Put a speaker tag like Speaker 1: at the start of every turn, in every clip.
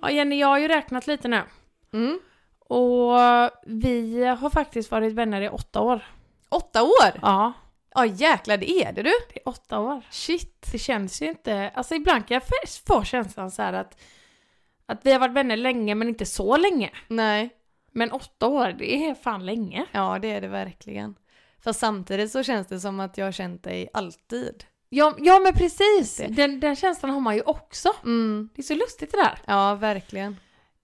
Speaker 1: Ja, Jenny, jag har ju räknat lite nu.
Speaker 2: Mm.
Speaker 1: Och vi har faktiskt varit vänner i åtta år.
Speaker 2: Åtta år!
Speaker 1: Ja,
Speaker 2: Ja jäklar, det är det du!
Speaker 1: det är åtta år.
Speaker 2: Shit!
Speaker 1: Det känns ju inte... Alltså ibland kan jag f- få känslan så här att, att vi har varit vänner länge men inte så länge.
Speaker 2: Nej.
Speaker 1: Men åtta år, det är fan länge.
Speaker 2: Ja, det är det verkligen. För samtidigt så känns det som att jag har känt dig alltid.
Speaker 1: Ja, ja men precis! Den, den känslan har man ju också.
Speaker 2: Mm.
Speaker 1: Det är så lustigt det där.
Speaker 2: Ja, verkligen.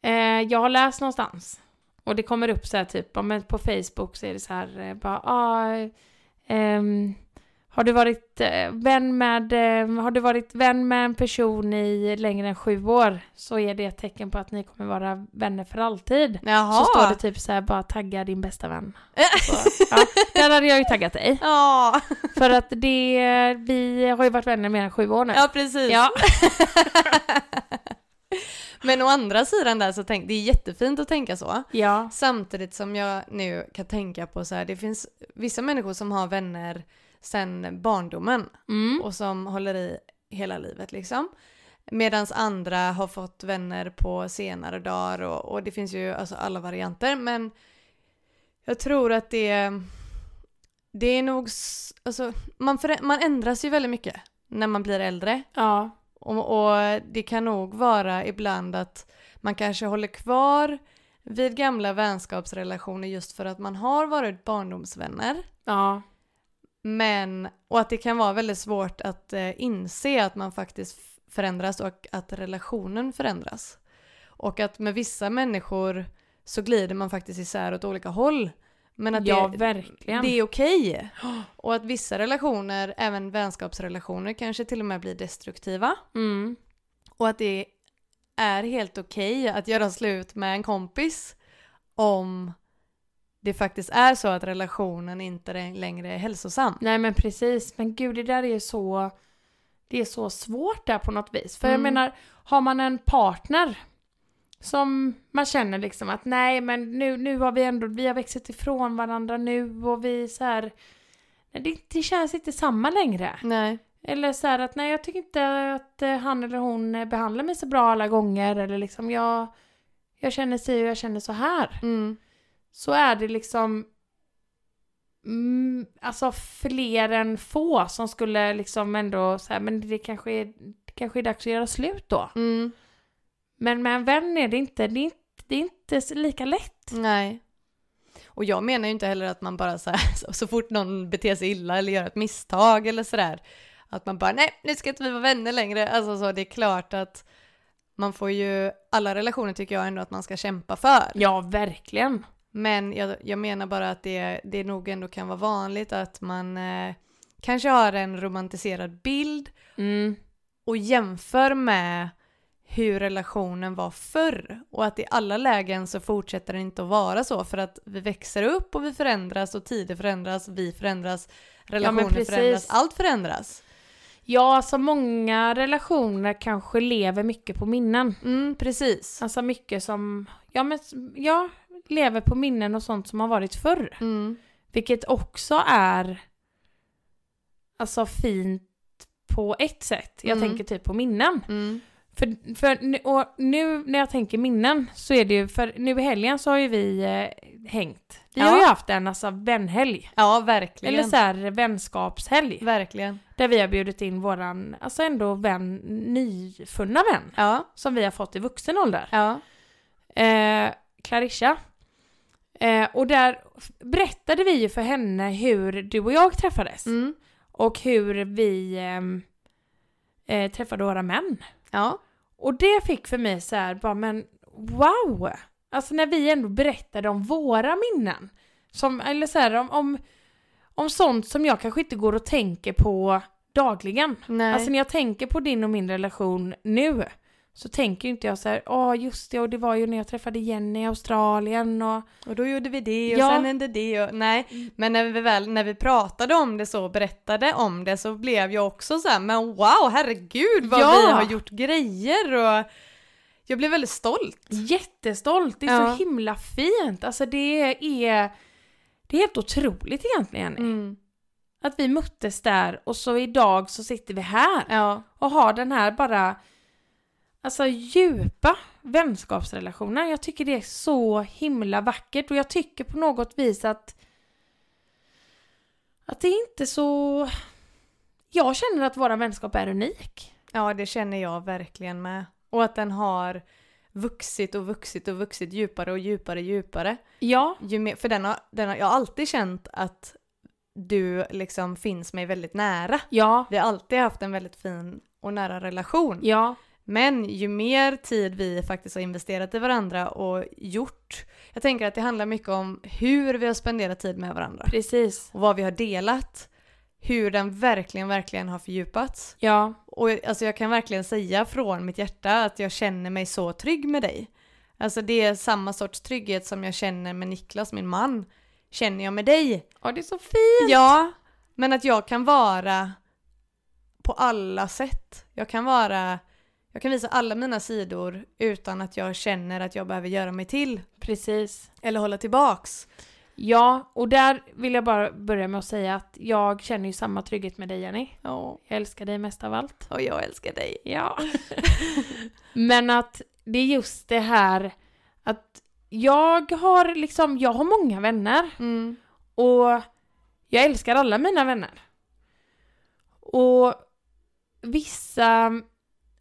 Speaker 1: Eh, jag har läst någonstans. Och det kommer upp så här typ, ja, men på Facebook så är det så här, eh, bara, ah, ehm, har du varit eh, vän med, eh, har du varit vän med en person i längre än sju år så är det ett tecken på att ni kommer vara vänner för alltid.
Speaker 2: Jaha!
Speaker 1: Så står det typ så här, bara tagga din bästa vän. Så, ja, där hade jag ju taggat dig.
Speaker 2: Ja,
Speaker 1: För att det, vi har ju varit vänner mer än sju år nu.
Speaker 2: ja precis.
Speaker 1: Ja.
Speaker 2: Men å andra sidan där så tänk, det är jättefint att tänka så.
Speaker 1: Ja.
Speaker 2: Samtidigt som jag nu kan tänka på så här, det finns vissa människor som har vänner sedan barndomen
Speaker 1: Mm.
Speaker 2: och som håller i hela livet liksom. Medan andra har fått vänner på senare dagar och, och det finns ju alltså alla varianter men jag tror att det det är nog, s- alltså man, förä- man ändras ju väldigt mycket när man blir äldre.
Speaker 1: Ja.
Speaker 2: Och, och det kan nog vara ibland att man kanske håller kvar vid gamla vänskapsrelationer just för att man har varit barndomsvänner.
Speaker 1: Ja.
Speaker 2: Men, och att det kan vara väldigt svårt att eh, inse att man faktiskt f- förändras och att relationen förändras. Och att med vissa människor så glider man faktiskt isär åt olika håll. Men att
Speaker 1: ja,
Speaker 2: det,
Speaker 1: verkligen.
Speaker 2: det är okej. Och att vissa relationer, även vänskapsrelationer, kanske till och med blir destruktiva.
Speaker 1: Mm.
Speaker 2: Och att det är helt okej att göra slut med en kompis om det faktiskt är så att relationen inte re- längre är hälsosam.
Speaker 1: Nej men precis, men gud det där är ju så Det är så svårt där på något vis. För jag
Speaker 2: Mm.
Speaker 1: menar, har man en partner som man känner liksom att nej men nu, nu har vi ändå, vi har växt ifrån varandra nu och vi så här nej, det, det känns inte samma längre.
Speaker 2: Nej.
Speaker 1: Eller så här att nej jag tycker inte att eh, han eller hon eh, behandlar mig så bra alla gånger eller liksom jag Jag känner sig och jag känner så här
Speaker 2: Mm.
Speaker 1: så är det liksom mm, alltså fler än få som skulle liksom ändå säga men det kanske är, det kanske är dags att göra slut då.
Speaker 2: Mm.
Speaker 1: Men med en vän är det inte, det är inte, det är inte så lika lätt.
Speaker 2: Nej. Och jag menar ju inte heller att man bara så, här, så, så fort någon beter sig illa eller gör ett misstag eller sådär, att man bara nej, nu ska inte vi vara vänner längre. Alltså så, det är klart att man får ju, alla relationer tycker jag ändå att man ska kämpa för.
Speaker 1: Ja, verkligen.
Speaker 2: Men jag, jag menar bara att det, det nog ändå kan vara vanligt att man eh, kanske har en romantiserad bild
Speaker 1: Mm.
Speaker 2: och jämför med hur relationen var förr och att i alla lägen så fortsätter det inte att vara så för att vi växer upp och vi förändras och tider förändras, vi förändras, relationer
Speaker 1: precis.
Speaker 2: förändras, allt förändras.
Speaker 1: Ja, alltså många relationer kanske lever mycket på minnen.
Speaker 2: Mm, precis.
Speaker 1: Alltså mycket som, ja men jag lever på minnen och sånt som har varit förr.
Speaker 2: Mm,
Speaker 1: Vilket också är alltså fint på ett sätt. Jag
Speaker 2: Mm.
Speaker 1: tänker typ på minnen.
Speaker 2: mm,
Speaker 1: För, för nu- och nu när jag tänker minnen så är det ju, för nu i helgen så har ju vi eh, hängt. Vi har
Speaker 2: Ja.
Speaker 1: ju haft en alltså vänhelg.
Speaker 2: Ja, verkligen.
Speaker 1: Eller så här vänskapshelg.
Speaker 2: Verkligen.
Speaker 1: Där vi har bjudit in våran, alltså ändå vän, nyfunna vän.
Speaker 2: Ja,
Speaker 1: Som vi har fått i vuxen ålder.
Speaker 2: ja.
Speaker 1: Eh, Clarissa. Eh, och där f- berättade vi ju för henne hur du och jag träffades.
Speaker 2: Mm,
Speaker 1: Och hur vi ehm, eh, träffade våra män.
Speaker 2: ja.
Speaker 1: Och det fick för mig så här, bara men wow! Alltså när vi ändå berättade om våra minnen. Som, eller så här, om, om, om sånt som jag kanske inte går och tänker på dagligen.
Speaker 2: Nej.
Speaker 1: Alltså när jag tänker på din och min relation nu så tänker ju inte jag så här, ja just det och det var ju när jag träffade Jenny i Australien och
Speaker 2: Och då gjorde vi det och
Speaker 1: Ja. Mm.
Speaker 2: sen hände det och nej. Men när vi väl, när vi pratade om det så och berättade om det så blev jag också så här, men wow, herregud vad
Speaker 1: Ja.
Speaker 2: vi har gjort grejer och jag blev väldigt stolt.
Speaker 1: jättestolt, det är
Speaker 2: Ja.
Speaker 1: så himla fint. Alltså det är, det är helt otroligt egentligen Jenny. att vi möttes där och så idag så sitter vi här
Speaker 2: Ja,
Speaker 1: och har den här bara alltså djupa vänskapsrelationer. Jag tycker det är så himla vackert och jag tycker på något vis att att det är inte så... Jag känner att våra vänskap är unik.
Speaker 2: Ja, det känner jag verkligen med. Och att den har vuxit och vuxit och vuxit djupare och djupare och djupare.
Speaker 1: Ja,
Speaker 2: Ju mer, för den har, den har, jag har alltid känt att du liksom finns mig väldigt nära.
Speaker 1: ja,
Speaker 2: Vi har alltid haft en väldigt fin och nära relation.
Speaker 1: ja,
Speaker 2: Men ju mer tid vi faktiskt har investerat i varandra och gjort. Jag tänker att det handlar mycket om hur vi har spenderat tid med varandra.
Speaker 1: precis.
Speaker 2: Och vad vi har delat. Hur den verkligen, verkligen har fördjupats.
Speaker 1: Ja,
Speaker 2: Och jag- alltså jag kan verkligen säga från mitt hjärta att jag känner mig så trygg med dig. Alltså det är samma sorts trygghet som jag känner med Niklas, min man. Känner jag med dig?
Speaker 1: ja det är så fint!
Speaker 2: Ja, men att jag kan vara på alla sätt. Jag kan vara, jag kan visa alla mina sidor utan att jag känner att jag behöver göra mig till
Speaker 1: Precis.
Speaker 2: eller hålla tillbaks.
Speaker 1: Ja, och där vill jag bara börja med att säga att jag känner ju samma trygghet med dig Jenny.
Speaker 2: Ja,
Speaker 1: Jag älskar dig mest av allt.
Speaker 2: och jag älskar dig.
Speaker 1: Ja. Men att det är just det här att jag har liksom, jag har många vänner
Speaker 2: Mm.
Speaker 1: och jag älskar alla mina vänner. Och vissa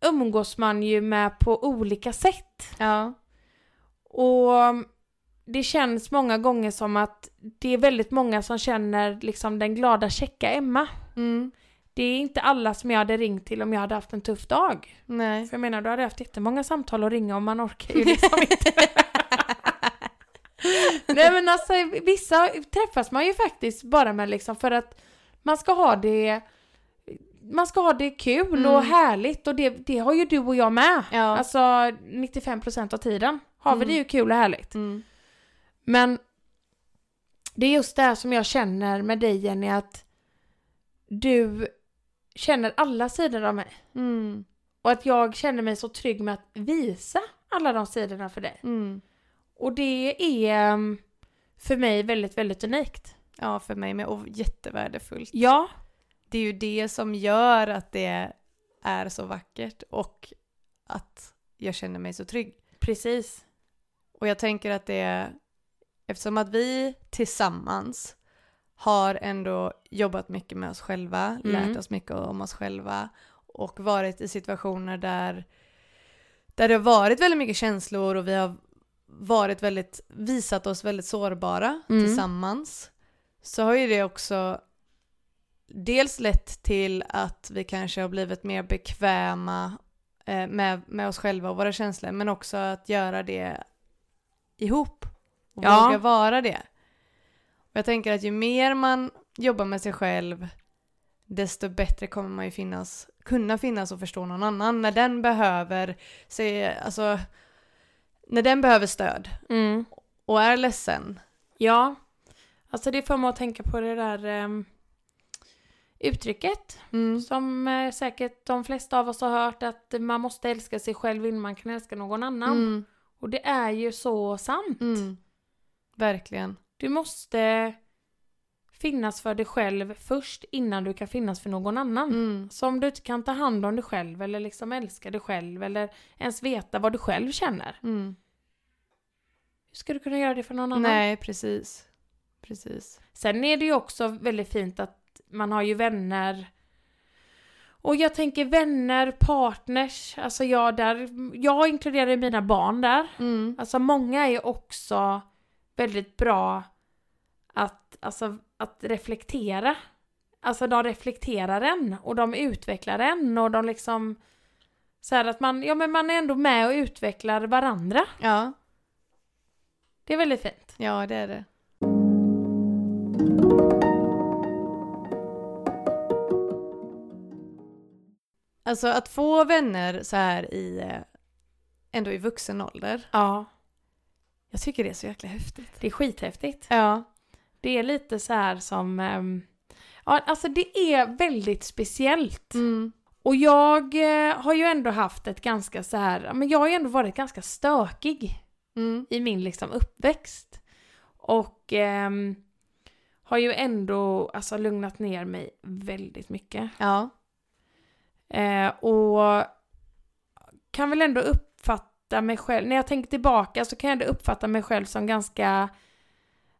Speaker 1: umgås man ju med på olika sätt.
Speaker 2: Ja.
Speaker 1: Och det känns många gånger som att det är väldigt många som känner liksom den glada checka Emma.
Speaker 2: Mm.
Speaker 1: Det är inte alla som jag hade ringt till om jag hade haft en tuff dag.
Speaker 2: Nej.
Speaker 1: För jag menar, då hade jag haft jättemånga samtal att ringa om man orkar ju liksom inte. Nej men alltså vissa träffas man ju faktiskt bara med liksom för att man ska ha det man ska ha det kul
Speaker 2: Mm.
Speaker 1: och härligt och det, det har ju du och jag med.
Speaker 2: Ja.
Speaker 1: Alltså 95% av tiden har vi
Speaker 2: Mm.
Speaker 1: det ju kul och härligt.
Speaker 2: Mm.
Speaker 1: Men det är just det här som jag känner med dig Jenny att du känner alla sidor av mig.
Speaker 2: Mm.
Speaker 1: Och att jag känner mig så trygg med att visa alla de sidorna för dig.
Speaker 2: Mm.
Speaker 1: Och det är ehm, för mig väldigt, väldigt unikt.
Speaker 2: Ja, för mig med. Och jättevärdefullt.
Speaker 1: Ja,
Speaker 2: det är ju det som gör att det är så vackert och att jag känner mig så trygg.
Speaker 1: precis.
Speaker 2: Och jag tänker att det, eftersom att vi tillsammans har ändå jobbat mycket med oss själva, lärt oss mycket om oss själva och varit i situationer där, där det har varit väldigt mycket känslor och vi har varit väldigt, visat oss väldigt sårbara
Speaker 1: Mm.
Speaker 2: tillsammans så har ju det också dels lett till att vi kanske har blivit mer bekväma eh, med, med oss själva och våra känslor men också att göra det ihop och
Speaker 1: Ja.
Speaker 2: våga vara det. Och jag tänker att ju mer man jobbar med sig själv desto bättre kommer man ju finnas, kunna finnas och förstå någon annan när den behöver se, alltså, när den behöver stöd och är ledsen.
Speaker 1: Ja, alltså det får mig att tänka på det där ehm, uttrycket
Speaker 2: Mm.
Speaker 1: som eh, säkert de flesta av oss har hört att man måste älska sig själv innan man kan älska någon annan.
Speaker 2: Mm.
Speaker 1: Och det är ju så sant.
Speaker 2: Mm. Verkligen.
Speaker 1: Du måste finnas för dig själv först innan du kan finnas för någon annan.
Speaker 2: Mm.
Speaker 1: Så om du inte kan ta hand om dig själv eller liksom älska dig själv eller ens veta vad du själv känner.
Speaker 2: Mm.
Speaker 1: Hur ska du kunna göra det för någon annan?
Speaker 2: Nej, precis. Precis.
Speaker 1: Sen är det ju också väldigt fint att man har ju vänner. Och jag tänker vänner, partners, alltså jag där, jag inkluderar ju mina barn där.
Speaker 2: Mm.
Speaker 1: Alltså många är ju också väldigt bra att, alltså, att reflektera. Alltså de reflekterar en och de utvecklar en och de liksom så här att man, ja men man är ändå med och utvecklar varandra.
Speaker 2: Ja.
Speaker 1: Det är väldigt fint.
Speaker 2: ja, det är det. Alltså att få vänner så här i eh, ändå i vuxen ålder.
Speaker 1: Ja,
Speaker 2: Jag tycker det är så jäkla häftigt.
Speaker 1: det är skithäftigt.
Speaker 2: Ja.
Speaker 1: Det är lite så här som, ehm, ja alltså det är väldigt speciellt.
Speaker 2: Mm.
Speaker 1: Och jag eh, har ju ändå haft ett ganska så här, ja, men jag har ju ändå varit ganska stökig.
Speaker 2: Mm.
Speaker 1: i min liksom uppväxt. Och ehm, har ju ändå alltså, lugnat ner mig väldigt mycket.
Speaker 2: Ja.
Speaker 1: Eh, och kan väl ändå uppfatta mig själv, när jag tänker tillbaka så kan jag ändå uppfatta mig själv som ganska,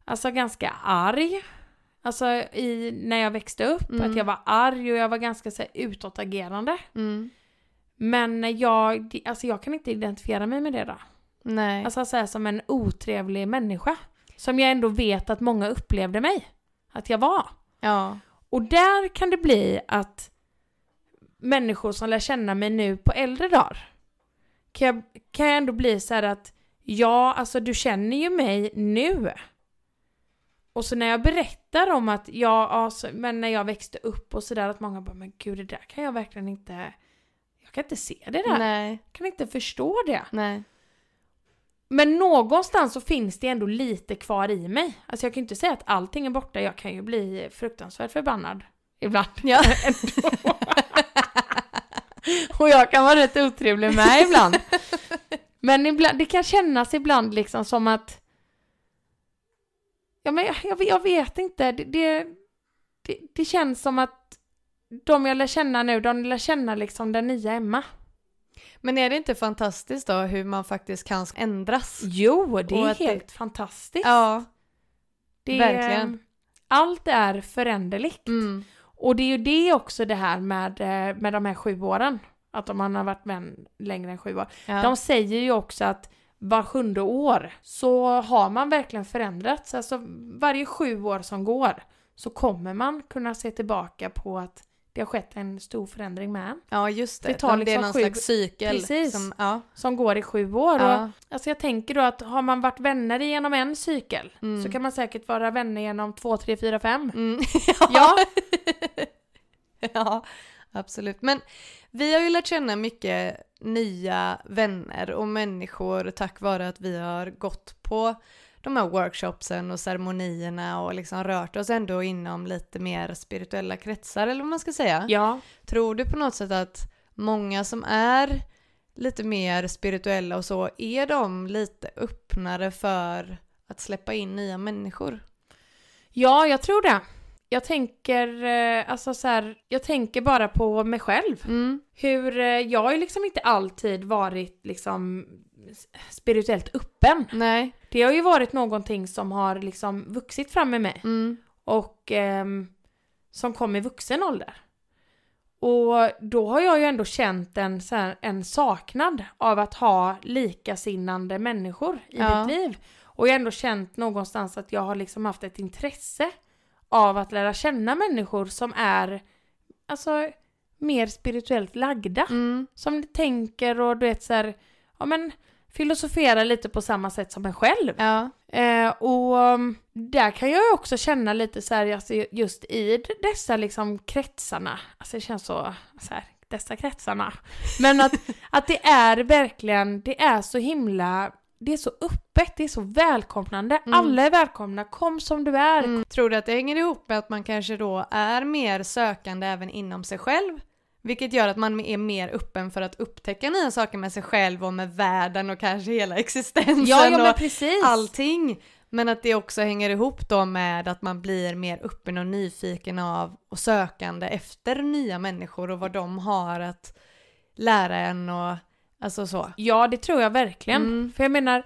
Speaker 1: alltså ganska arg. Alltså i, när jag växte upp,
Speaker 2: Mm.
Speaker 1: att jag var arg och jag var ganska så här, utåtagerande.
Speaker 2: Mm.
Speaker 1: Men när jag, alltså jag kan inte identifiera mig med det då.
Speaker 2: Nej.
Speaker 1: Alltså så här, som en otrevlig människa. Som jag ändå vet att många upplevde mig. Att jag var.
Speaker 2: ja.
Speaker 1: Och där kan det bli att människor som lär känna mig nu på äldre dagar kan jag, kan jag ändå bli så här att ja, alltså du känner ju mig nu. Och så när jag berättar om att ja, alltså, men när jag växte upp och sådär att många bara men gud det där kan jag verkligen inte, jag kan inte se det där,
Speaker 2: Nej.
Speaker 1: jag kan inte förstå det.
Speaker 2: Nej.
Speaker 1: Men någonstans så finns det ändå lite kvar i mig. Alltså jag kan ju inte säga att allting är borta, jag kan ju bli fruktansvärt förbannad ibland.
Speaker 2: Ja.
Speaker 1: Och jag kan vara rätt otrevlig med ibland. Men ibland, det kan kännas ibland liksom som att... Ja, men jag, jag, jag vet inte. Det, det, det, det känns som att de jag lär känna nu, de lär känna liksom den nya Emma.
Speaker 2: Men är det inte fantastiskt då hur man faktiskt kan ändras?
Speaker 1: Jo, det
Speaker 2: Och
Speaker 1: är
Speaker 2: att det-
Speaker 1: helt fantastiskt.
Speaker 2: Ja.
Speaker 1: det,
Speaker 2: verkligen.
Speaker 1: Allt är föränderligt.
Speaker 2: Mm.
Speaker 1: Och det är ju det också det här med, eh, med de här sju åren. Att om man har varit vän längre än sju år.
Speaker 2: Ja.
Speaker 1: De säger ju också att var sjunde år så har man verkligen förändrats. Alltså varje sju år som går så kommer man kunna se tillbaka på att det har skett en stor förändring med en.
Speaker 2: ja, just det.
Speaker 1: Det
Speaker 2: Det,
Speaker 1: tar
Speaker 2: det är
Speaker 1: liksom
Speaker 2: någon
Speaker 1: sju-
Speaker 2: slags cykel.
Speaker 1: Precis.
Speaker 2: Som, ja.
Speaker 1: Som går i sju år. Och,
Speaker 2: Ja.
Speaker 1: alltså jag tänker då att har man varit vänner genom en cykel
Speaker 2: Mm.
Speaker 1: så kan man säkert vara vänner genom två, tre, fyra, fem.
Speaker 2: Mm.
Speaker 1: Ja.
Speaker 2: ja, absolut. Men vi har ju lärt känna mycket nya vänner och människor tack vare att vi har gått på de här workshopsen och ceremonierna och liksom rört oss ändå inom lite mer spirituella kretsar eller vad man ska säga.
Speaker 1: Ja.
Speaker 2: Tror du på något sätt att många som är lite mer spirituella och så, är de lite öppnare för att släppa in nya människor?
Speaker 1: Ja, jag tror det. Jag tänker, eh, alltså så här, jag tänker bara på mig själv.
Speaker 2: Mm.
Speaker 1: Hur, eh, jag har ju liksom inte alltid varit liksom s- spirituellt öppen.
Speaker 2: Nej.
Speaker 1: Det har ju varit någonting som har liksom vuxit fram med mig
Speaker 2: Mm.
Speaker 1: och ehm, som kom i vuxen ålder. Och då har jag ju ändå känt en, så här, en saknad av att ha likasinnande människor i
Speaker 2: Ja.
Speaker 1: mitt liv. Och jag har ändå känt någonstans att jag har liksom haft ett intresse av att lära känna människor som är alltså mer spirituellt lagda.
Speaker 2: Mm.
Speaker 1: Som tänker och du vet så här, ja men filosoferar lite på samma sätt som en själv.
Speaker 2: Ja.
Speaker 1: Eh, och um, där kan jag ju också känna lite så här, alltså, just i d- dessa liksom kretsarna, alltså det känns så, så här, dessa kretsarna. Men att, att det är verkligen, det är så himla, det är så öppet, det är så välkomnande.
Speaker 2: Mm.
Speaker 1: Alla är välkomna, kom som du är.
Speaker 2: Mm. Tror du att det hänger ihop med att man kanske då är mer sökande även inom sig själv? Vilket gör att man är mer öppen för att upptäcka nya saker med sig själv och med världen och kanske hela existensen
Speaker 1: Ja, ja men
Speaker 2: och
Speaker 1: precis.
Speaker 2: allting. Men att det också hänger ihop då med att man blir mer öppen och nyfiken av och sökande efter nya människor och vad de har att lära en och alltså så.
Speaker 1: Ja, det tror jag verkligen.
Speaker 2: Mm.
Speaker 1: För jag menar,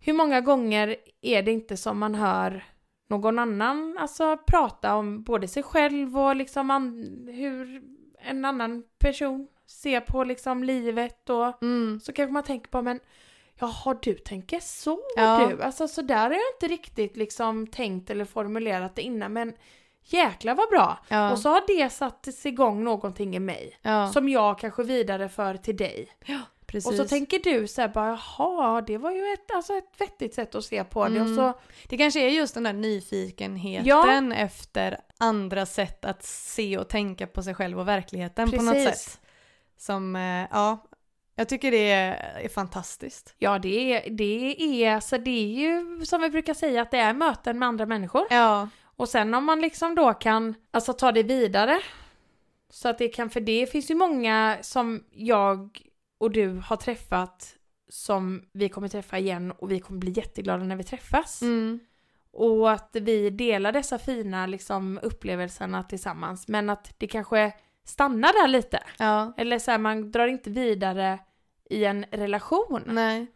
Speaker 1: hur många gånger är det inte som man hör någon annan alltså, prata om både sig själv och liksom an- hur en annan person ser på liksom livet och
Speaker 2: Mm.
Speaker 1: så kanske man tänker på men jaha du tänker så
Speaker 2: Ja.
Speaker 1: du, alltså så där har jag inte riktigt liksom tänkt eller formulerat det innan men jäklar vad bra!
Speaker 2: Ja.
Speaker 1: Och så har det satt igång någonting i mig
Speaker 2: ja.
Speaker 1: som jag kanske vidareför till dig.
Speaker 2: Precis.
Speaker 1: Och så tänker du så här bara, jaha, det var ju ett, alltså ett vettigt sätt att se på det.
Speaker 2: Mm.
Speaker 1: Och så,
Speaker 2: Det kanske är just den där nyfikenheten
Speaker 1: Ja.
Speaker 2: efter andra sätt att se och tänka på sig själv och verkligheten på något
Speaker 1: Precis.
Speaker 2: sätt. Som, eh, ja, jag tycker det är, är fantastiskt.
Speaker 1: ja, det är, det är, alltså det är ju som vi brukar säga att det är möten med andra människor.
Speaker 2: Ja,
Speaker 1: Och sen om man liksom då kan, alltså ta det vidare. Så att det kan, för det finns ju många som jag och du har träffat som vi kommer träffa igen och vi kommer bli jätteglada när vi träffas.
Speaker 2: mm.
Speaker 1: Och att vi delar dessa fina liksom, upplevelserna tillsammans men att det kanske stannar där lite.
Speaker 2: ja,
Speaker 1: Eller så här, man drar inte vidare i en relation.
Speaker 2: Nej.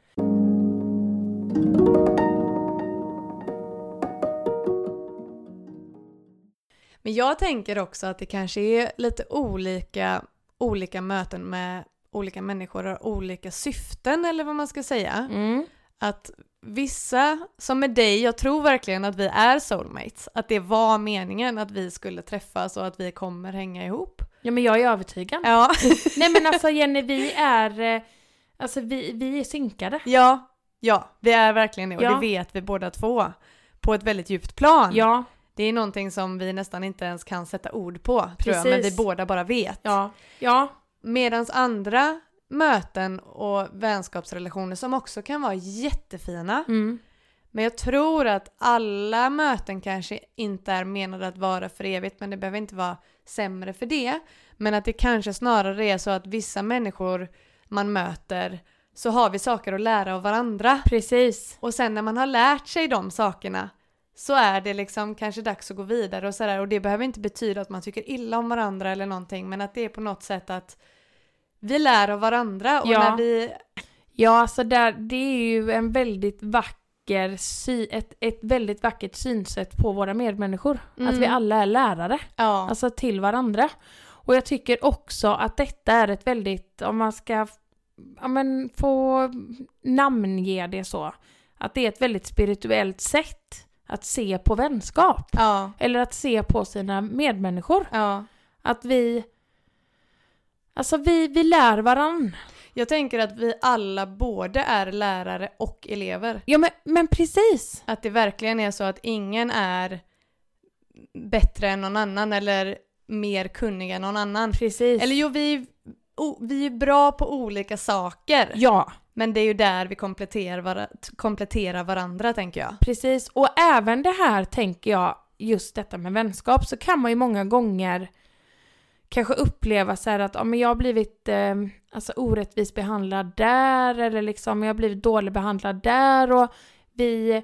Speaker 2: Men jag tänker också att det kanske är lite olika, olika möten med olika människor har olika syften eller vad man ska säga.
Speaker 1: Mm.
Speaker 2: Att vissa, som med dig, jag tror verkligen att vi är soulmates. Att det var meningen att vi skulle träffas och att vi kommer hänga ihop.
Speaker 1: Ja men jag är övertygad.
Speaker 2: Ja,
Speaker 1: Nej men alltså Jenny, vi är, eh, alltså vi, vi är synkade.
Speaker 2: ja, ja vi är verkligen det och
Speaker 1: Ja.
Speaker 2: det vet vi båda två. På ett väldigt djupt plan.
Speaker 1: Ja,
Speaker 2: Det är någonting som vi nästan inte ens kan sätta ord på, tror jag, men vi
Speaker 1: Precis.
Speaker 2: båda bara vet.
Speaker 1: ja, ja,
Speaker 2: Medans andra möten och vänskapsrelationer som också kan vara jättefina.
Speaker 1: mm.
Speaker 2: Men jag tror att alla möten kanske inte är menade att vara för evigt men det behöver inte vara sämre för det. Men att det kanske snarare är så att vissa människor man möter så har vi saker att lära av varandra.
Speaker 1: precis.
Speaker 2: Och sen när man har lärt sig de sakerna så är det liksom kanske dags att gå vidare och sådär. Och det behöver inte betyda att man tycker illa om varandra eller någonting men att det är på något sätt att vi lär av varandra och
Speaker 1: Ja.
Speaker 2: när vi...
Speaker 1: Ja, alltså där, det är ju en väldigt vacker sy, ett, ett väldigt vackert synsätt på våra medmänniskor. Att
Speaker 2: Mm.
Speaker 1: vi alla är lärare,
Speaker 2: Ja.
Speaker 1: alltså till varandra. Och jag tycker också att detta är ett väldigt, om man ska ja, men få namnge det så, att det är ett väldigt spirituellt sätt att se på vänskap.
Speaker 2: ja.
Speaker 1: Eller att se på sina medmänniskor.
Speaker 2: Ja.
Speaker 1: Att vi... Alltså vi, vi lär varann.
Speaker 2: Jag tänker att vi alla både är lärare och elever.
Speaker 1: Ja men, men precis.
Speaker 2: Att det verkligen är så att ingen är bättre än någon annan eller mer kunnig än någon annan.
Speaker 1: Precis.
Speaker 2: Eller jo, vi, o, vi är bra på olika saker.
Speaker 1: Ja,
Speaker 2: Men det är ju där vi kompletterar, var- kompletterar varandra tänker jag.
Speaker 1: precis. Och även det här tänker jag, just detta med vänskap, så kan man ju många gånger kanske uppleva så här att ja, men jag har blivit eh, alltså orättvist behandlad där eller liksom jag har blivit dåligt behandlad där och vi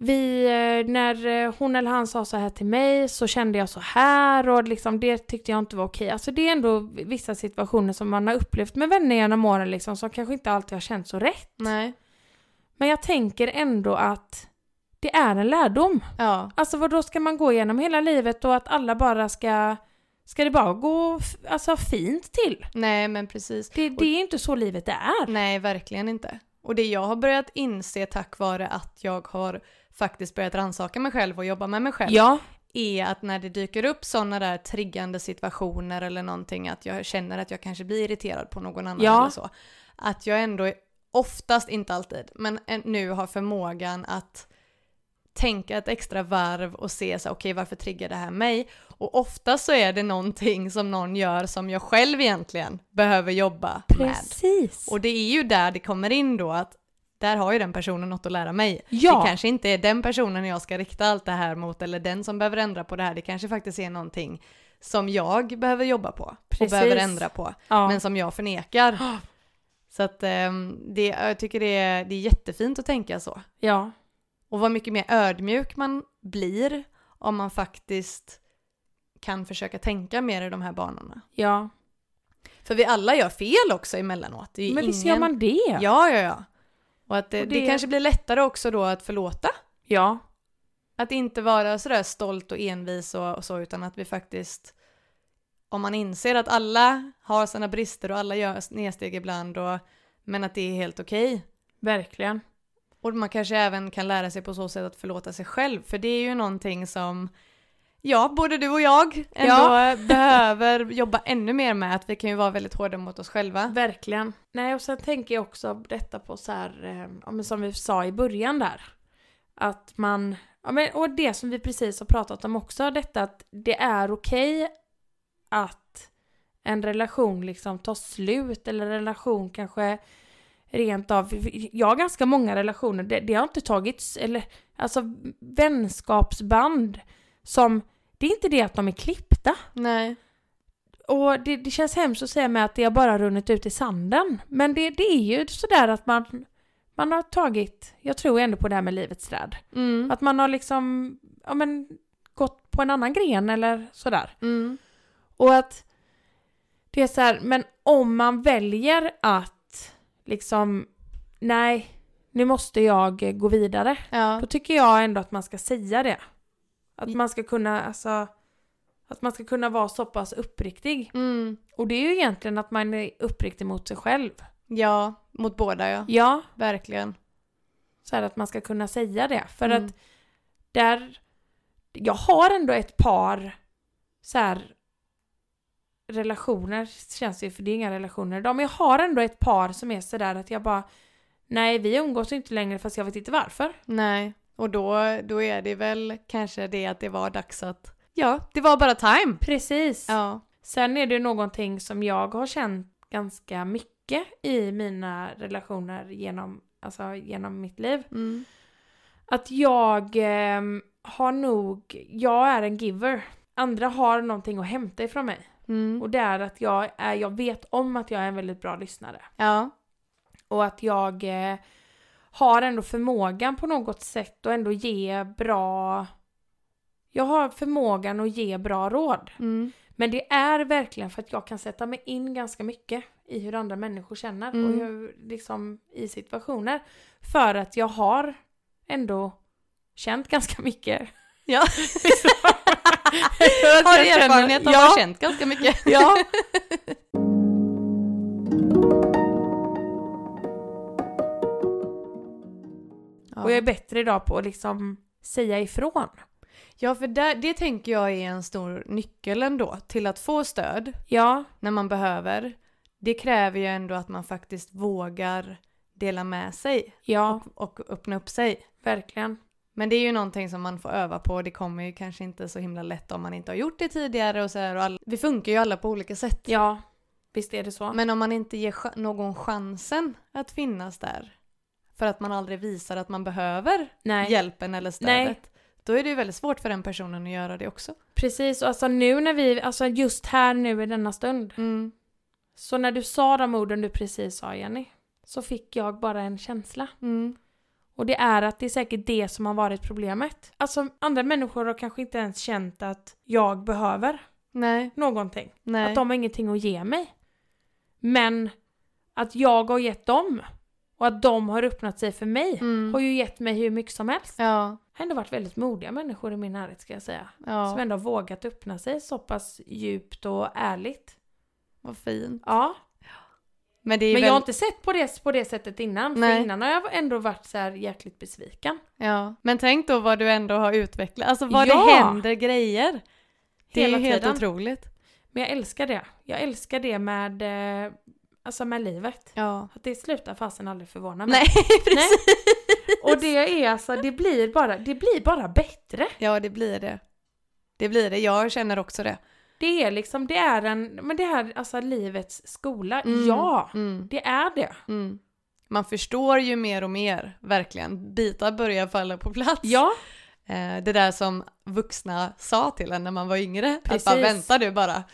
Speaker 1: vi, eh, när eh, hon eller han sa så här till mig så kände jag så här och liksom det tyckte jag inte var okej. Alltså det är ändå vissa situationer som man har upplevt med vänner genom åren liksom som kanske inte alltid har känts så rätt.
Speaker 2: Nej.
Speaker 1: Men jag tänker ändå att det är en lärdom.
Speaker 2: Ja.
Speaker 1: Alltså vad då ska man gå igenom hela livet och att alla bara ska... Ska det bara gå f- alltså, fint till?
Speaker 2: Nej men precis.
Speaker 1: Det, det är inte så livet är.
Speaker 2: Nej verkligen inte. Och det jag har börjat inse tack vare att jag har faktiskt börjat rannsaka mig själv och jobba med mig själv
Speaker 1: Ja,
Speaker 2: är att när det dyker upp sådana där triggande situationer eller någonting att jag känner att jag kanske blir irriterad på någon annan
Speaker 1: Ja.
Speaker 2: eller så. Att jag ändå är- oftast, inte alltid, men en- nu har förmågan att tänka ett extra varv och se så här, okej varför triggar det här mig? Och ofta så är det någonting som någon gör som jag själv egentligen behöver jobba med.
Speaker 1: precis.
Speaker 2: Och det är ju där det kommer in då att där har ju den personen något att lära mig.
Speaker 1: Ja.
Speaker 2: Det kanske inte är den personen jag ska rikta allt det här mot eller den som behöver ändra på det här. Det kanske faktiskt är någonting som jag behöver jobba på
Speaker 1: Precis.
Speaker 2: och behöver ändra på,
Speaker 1: ja.
Speaker 2: men som jag förnekar. Så att ehm, det, jag tycker det är, det är jättefint att tänka så.
Speaker 1: ja,
Speaker 2: Och vad mycket mer ödmjuk man blir om man faktiskt kan försöka tänka mer i de här banorna.
Speaker 1: ja.
Speaker 2: För vi alla gör fel också emellanåt. Det är ju
Speaker 1: Men visst
Speaker 2: ingen-
Speaker 1: gör man det?
Speaker 2: Ja, ja, ja. Och att det,
Speaker 1: Och
Speaker 2: det
Speaker 1: det-
Speaker 2: kanske blir lättare också då att förlåta.
Speaker 1: ja.
Speaker 2: Att inte vara sådär stolt och envis och, och så, utan att vi faktiskt... Om man inser att alla har sina brister och alla gör snedsteg ibland, och, men att det är helt okej.
Speaker 1: Verkligen.
Speaker 2: Och man kanske även kan lära sig på så sätt att förlåta sig själv, för det är ju någonting som Ja, både du och jag ändå
Speaker 1: Ja.
Speaker 2: behöver jobba ännu mer med att vi kan ju vara väldigt hårda mot oss själva.
Speaker 1: Verkligen. Nej, och sen tänker jag också detta på så här, eh, ja, men som vi sa i början där. Att man, ja, men, och det som vi precis har pratat om också, detta att det är okej att en relation liksom tar slut eller en relation kanske rent av, jag har ganska många relationer, det, det har inte tagits, eller alltså vänskapsband som, det är inte det att de är klippta.
Speaker 2: Nej.
Speaker 1: Och det, det känns hemskt att säga med att det har bara runnit ut i sanden. Men det, det är ju sådär att man, man har tagit, jag tror ändå på det här med livets träd.
Speaker 2: Mm.
Speaker 1: Att man har liksom, ja men, gått på en annan gren eller sådär.
Speaker 2: Mm.
Speaker 1: Och att det Det är så här, men om man väljer att liksom, nej, nu måste jag eh, gå vidare.
Speaker 2: Ja.
Speaker 1: Då tycker jag ändå att man ska säga det. Att man ska kunna, alltså, att man ska kunna vara så pass uppriktig.
Speaker 2: Mm.
Speaker 1: Och det är ju egentligen att man är uppriktig mot sig själv.
Speaker 2: ja, mot båda ja.
Speaker 1: Ja,
Speaker 2: Verkligen.
Speaker 1: så här att man ska kunna säga det. För
Speaker 2: Mm.
Speaker 1: att där, jag har ändå ett par så här relationer, känns det ju, för det är inga relationer idag, men jag har ändå ett par som är sådär att jag bara nej vi umgås ju inte längre fast jag vet inte varför.
Speaker 2: Nej. Och då, då är det väl kanske det att det var dags att... Ja, det var bara time.
Speaker 1: Precis.
Speaker 2: Ja.
Speaker 1: Sen är det ju någonting som jag har känt ganska mycket i mina relationer genom, alltså, genom mitt liv.
Speaker 2: Mm.
Speaker 1: Att jag ehm, har nog, jag är en giver. Andra har någonting att hämta ifrån mig.
Speaker 2: Mm.
Speaker 1: Och det är att jag, är, jag vet om att jag är en väldigt bra lyssnare.
Speaker 2: Ja.
Speaker 1: Och att jag eh, har ändå förmågan på något sätt att ändå ge bra... Jag har förmågan att ge bra råd.
Speaker 2: Mm.
Speaker 1: Men det är verkligen för att jag kan sätta mig in ganska mycket i hur andra människor känner
Speaker 2: Mm.
Speaker 1: och hur, liksom, i situationer. För att jag har ändå känt ganska mycket.
Speaker 2: Ja.
Speaker 1: För att
Speaker 2: Har
Speaker 1: jag känner-
Speaker 2: erfarenhet och
Speaker 1: ja,
Speaker 2: har känt ganska mycket.
Speaker 1: Ja. Och jag är bättre idag på att liksom säga ifrån.
Speaker 2: Ja, för där, det tänker jag är en stor nyckel ändå till att få stöd
Speaker 1: Ja,
Speaker 2: när man behöver. Det kräver ju ändå att man faktiskt vågar dela med sig
Speaker 1: ja,
Speaker 2: och öppna upp sig.
Speaker 1: verkligen.
Speaker 2: Men det är ju någonting som man får öva på och det kommer ju kanske inte så himla lätt om man inte har gjort det tidigare och så här. Och all... Vi funkar ju alla på olika sätt.
Speaker 1: Ja, visst är det så.
Speaker 2: Men om man inte ger cha- någon chansen att finnas där för att man aldrig visar att man behöver
Speaker 1: Nej.
Speaker 2: hjälpen eller stödet.
Speaker 1: Nej.
Speaker 2: Då är det ju väldigt svårt för den personen att göra det också.
Speaker 1: Precis, och alltså nu när vi, alltså just här nu i denna stund.
Speaker 2: Mm.
Speaker 1: Så när du sa de orden du precis sa Jenny, så fick jag bara en känsla.
Speaker 2: Mm.
Speaker 1: Och det är att det är säkert det som har varit problemet. Alltså andra människor har kanske inte ens känt att jag behöver
Speaker 2: Nej,
Speaker 1: någonting.
Speaker 2: nej.
Speaker 1: Att de har ingenting att ge mig. Men att jag har gett dem och att de har öppnat sig för mig
Speaker 2: Mm.
Speaker 1: har ju gett mig hur mycket som helst.
Speaker 2: Ja,
Speaker 1: Det har ändå varit väldigt modiga människor i min närhet ska jag säga. Som
Speaker 2: ja.
Speaker 1: ändå har vågat öppna sig så pass djupt och ärligt.
Speaker 2: vad fint.
Speaker 1: Ja,
Speaker 2: Men det är
Speaker 1: men
Speaker 2: väl...
Speaker 1: jag har inte sett på det på det sättet innan.
Speaker 2: Nej.
Speaker 1: För innan har jag ändå varit så här jäkligt besviken.
Speaker 2: Ja. Men tänk då vad du ändå har utvecklat, alltså vad
Speaker 1: Ja!
Speaker 2: det händer grejer. Det
Speaker 1: Hela
Speaker 2: är ju helt
Speaker 1: tiden.
Speaker 2: otroligt.
Speaker 1: Men jag älskar det. Jag älskar det med, eh, alltså med livet.
Speaker 2: Ja.
Speaker 1: Att det slutar fasen aldrig förvåna mig.
Speaker 2: Nej, precis.
Speaker 1: Och det är alltså, det blir bara, det blir bara bättre.
Speaker 2: Ja, det blir det. Det blir det, jag känner också det.
Speaker 1: Det är liksom, det är en, men det är alltså livets skola.
Speaker 2: Mm.
Speaker 1: Ja,
Speaker 2: Mm.
Speaker 1: det är det.
Speaker 2: Mm. Man förstår ju mer och mer, verkligen. Bitar börjar falla på plats.
Speaker 1: Ja,
Speaker 2: Eh, det där som vuxna sa till en när man var yngre.
Speaker 1: Precis.
Speaker 2: Att bara vänta du bara.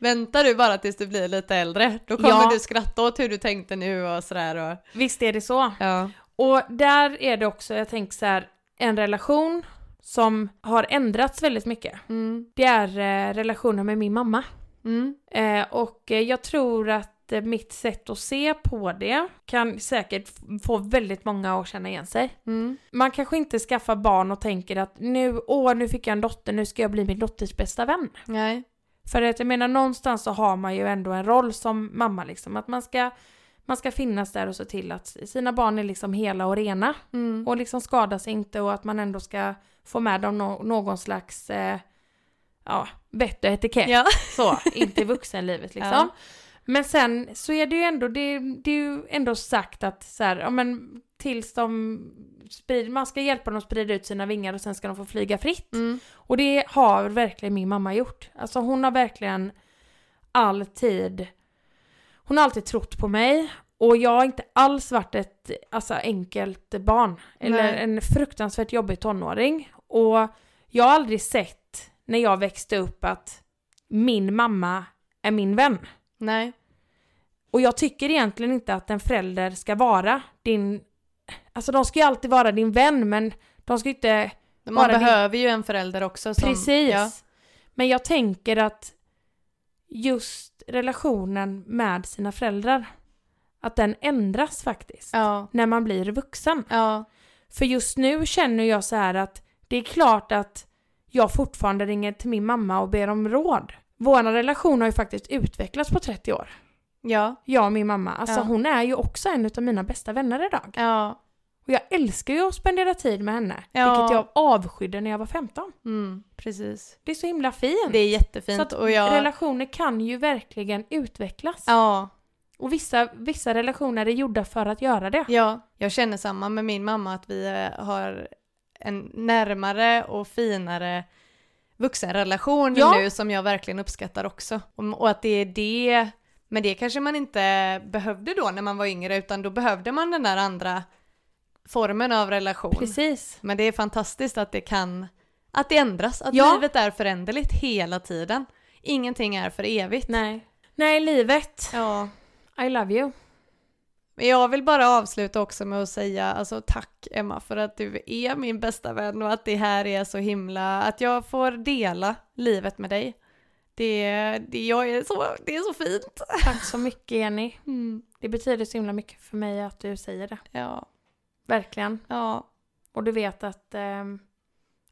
Speaker 2: Vänta du bara tills du blir lite äldre. Då kommer
Speaker 1: Ja.
Speaker 2: du skratta åt hur du tänkte nu och sådär. Och,
Speaker 1: visst är det så.
Speaker 2: ja.
Speaker 1: Och där är det också, jag tänker så här, en relation som har ändrats väldigt mycket.
Speaker 2: Mm.
Speaker 1: Det är eh, relationen med min mamma.
Speaker 2: Mm.
Speaker 1: Eh, och eh, jag tror att eh, mitt sätt att se på det kan säkert f- få väldigt många att känna igen sig.
Speaker 2: Mm.
Speaker 1: Man kanske inte skaffar barn och tänker att nu, åh nu fick jag en dotter, nu ska jag bli min dotters bästa vän.
Speaker 2: Nej.
Speaker 1: För att jag menar någonstans så har man ju ändå en roll som mamma liksom, att man ska, man ska finnas där och se till att sina barn är liksom hela och rena
Speaker 2: Mm.
Speaker 1: och liksom skadar sig inte och att man ändå ska få med dem nå- någon slags eh, ja, vett och etikett.
Speaker 2: Ja.
Speaker 1: Så, inte i vuxenlivet liksom.
Speaker 2: Ja.
Speaker 1: Men sen så är det ju ändå, det, det är ju ändå sagt att så här, ja men tills de sprider, man ska hjälpa dem att sprida ut sina vingar och sen ska de få flyga fritt.
Speaker 2: Mm.
Speaker 1: Och det har verkligen min mamma gjort. Alltså hon har verkligen alltid, hon har alltid trott på mig. Och jag har inte alls varit ett alltså, enkelt barn. Eller
Speaker 2: Nej.
Speaker 1: en fruktansvärt jobbig tonåring. Och jag har aldrig sett när jag växte upp att min mamma är min vän.
Speaker 2: Nej.
Speaker 1: Och jag tycker egentligen inte att en förälder ska vara din... Alltså de ska ju alltid vara din vän men de ska ju inte...
Speaker 2: Man
Speaker 1: Bara det-
Speaker 2: behöver ju en förälder också. Som,
Speaker 1: Precis.
Speaker 2: Ja.
Speaker 1: Men jag tänker att just relationen med sina föräldrar. Att den ändras faktiskt
Speaker 2: Ja.
Speaker 1: när man blir vuxen.
Speaker 2: Ja.
Speaker 1: För just nu känner jag så här att det är klart att jag fortfarande ringer till min mamma och ber om råd. Vår relation har ju faktiskt utvecklats på 30 år.
Speaker 2: Ja.
Speaker 1: Jag och min mamma. Alltså
Speaker 2: Ja.
Speaker 1: hon är ju också en av mina bästa vänner idag.
Speaker 2: Ja.
Speaker 1: Och jag älskar ju att spendera tid med henne.
Speaker 2: Ja.
Speaker 1: Vilket jag avskydde när jag var 15.
Speaker 2: Mm, precis.
Speaker 1: Det är så himla fint.
Speaker 2: Det är
Speaker 1: så
Speaker 2: jättefint
Speaker 1: att
Speaker 2: och jag...
Speaker 1: relationer kan ju verkligen utvecklas.
Speaker 2: Ja,
Speaker 1: Och vissa, vissa relationer är gjorda för att göra det.
Speaker 2: ja. Jag känner samma med min mamma att vi eh, har en närmare och finare vuxenrelation
Speaker 1: Ja.
Speaker 2: nu som jag verkligen uppskattar också. Och, och att det är det, men det kanske man inte behövde då när man var yngre utan då behövde man den där andra formen av relation.
Speaker 1: Precis.
Speaker 2: Men det är fantastiskt att det kan, att det ändras, att
Speaker 1: Ja.
Speaker 2: livet är föränderligt hela tiden. Ingenting är för evigt.
Speaker 1: Nej. Nej, livet.
Speaker 2: Ja.
Speaker 1: I love you.
Speaker 2: Men jag vill bara avsluta också med att säga alltså, tack Emma för att du är min bästa vän och att det här är så himla, att jag får dela livet med dig. Det, det, jag är, så, det är så fint. Mm.
Speaker 1: Tack så mycket Jenny. Det betyder så himla mycket för mig att du säger det.
Speaker 2: Ja,
Speaker 1: Verkligen.
Speaker 2: ja,
Speaker 1: Och du vet att ehm,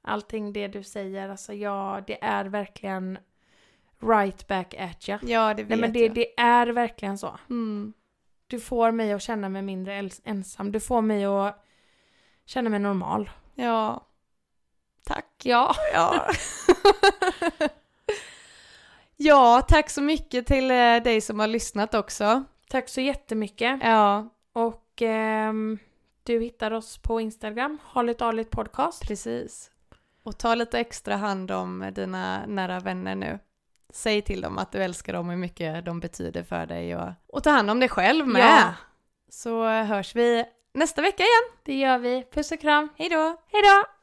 Speaker 1: allting det du säger, alltså ja, det är verkligen right back at ya.
Speaker 2: ja det vet
Speaker 1: Nej men det,
Speaker 2: jag.
Speaker 1: det är verkligen så.
Speaker 2: Mm.
Speaker 1: Du får mig att känna mig mindre els- ensam. Du får mig att känna mig normal.
Speaker 2: Ja. Tack.
Speaker 1: Ja.
Speaker 2: Ja. ja, tack så mycket till eh, dig som har lyssnat också.
Speaker 1: Tack så jättemycket.
Speaker 2: Ja,
Speaker 1: Och ehm, du hittar oss på Instagram, Harligt Arligt Podcast.
Speaker 2: Precis. Och ta lite extra hand om dina nära vänner nu. Säg till dem att du älskar dem och hur mycket de betyder för dig och, och ta hand om dig själv med.
Speaker 1: Ja.
Speaker 2: Så hörs vi nästa vecka igen.
Speaker 1: Det gör vi. Puss och kram.
Speaker 2: Hej då!
Speaker 1: Hej då!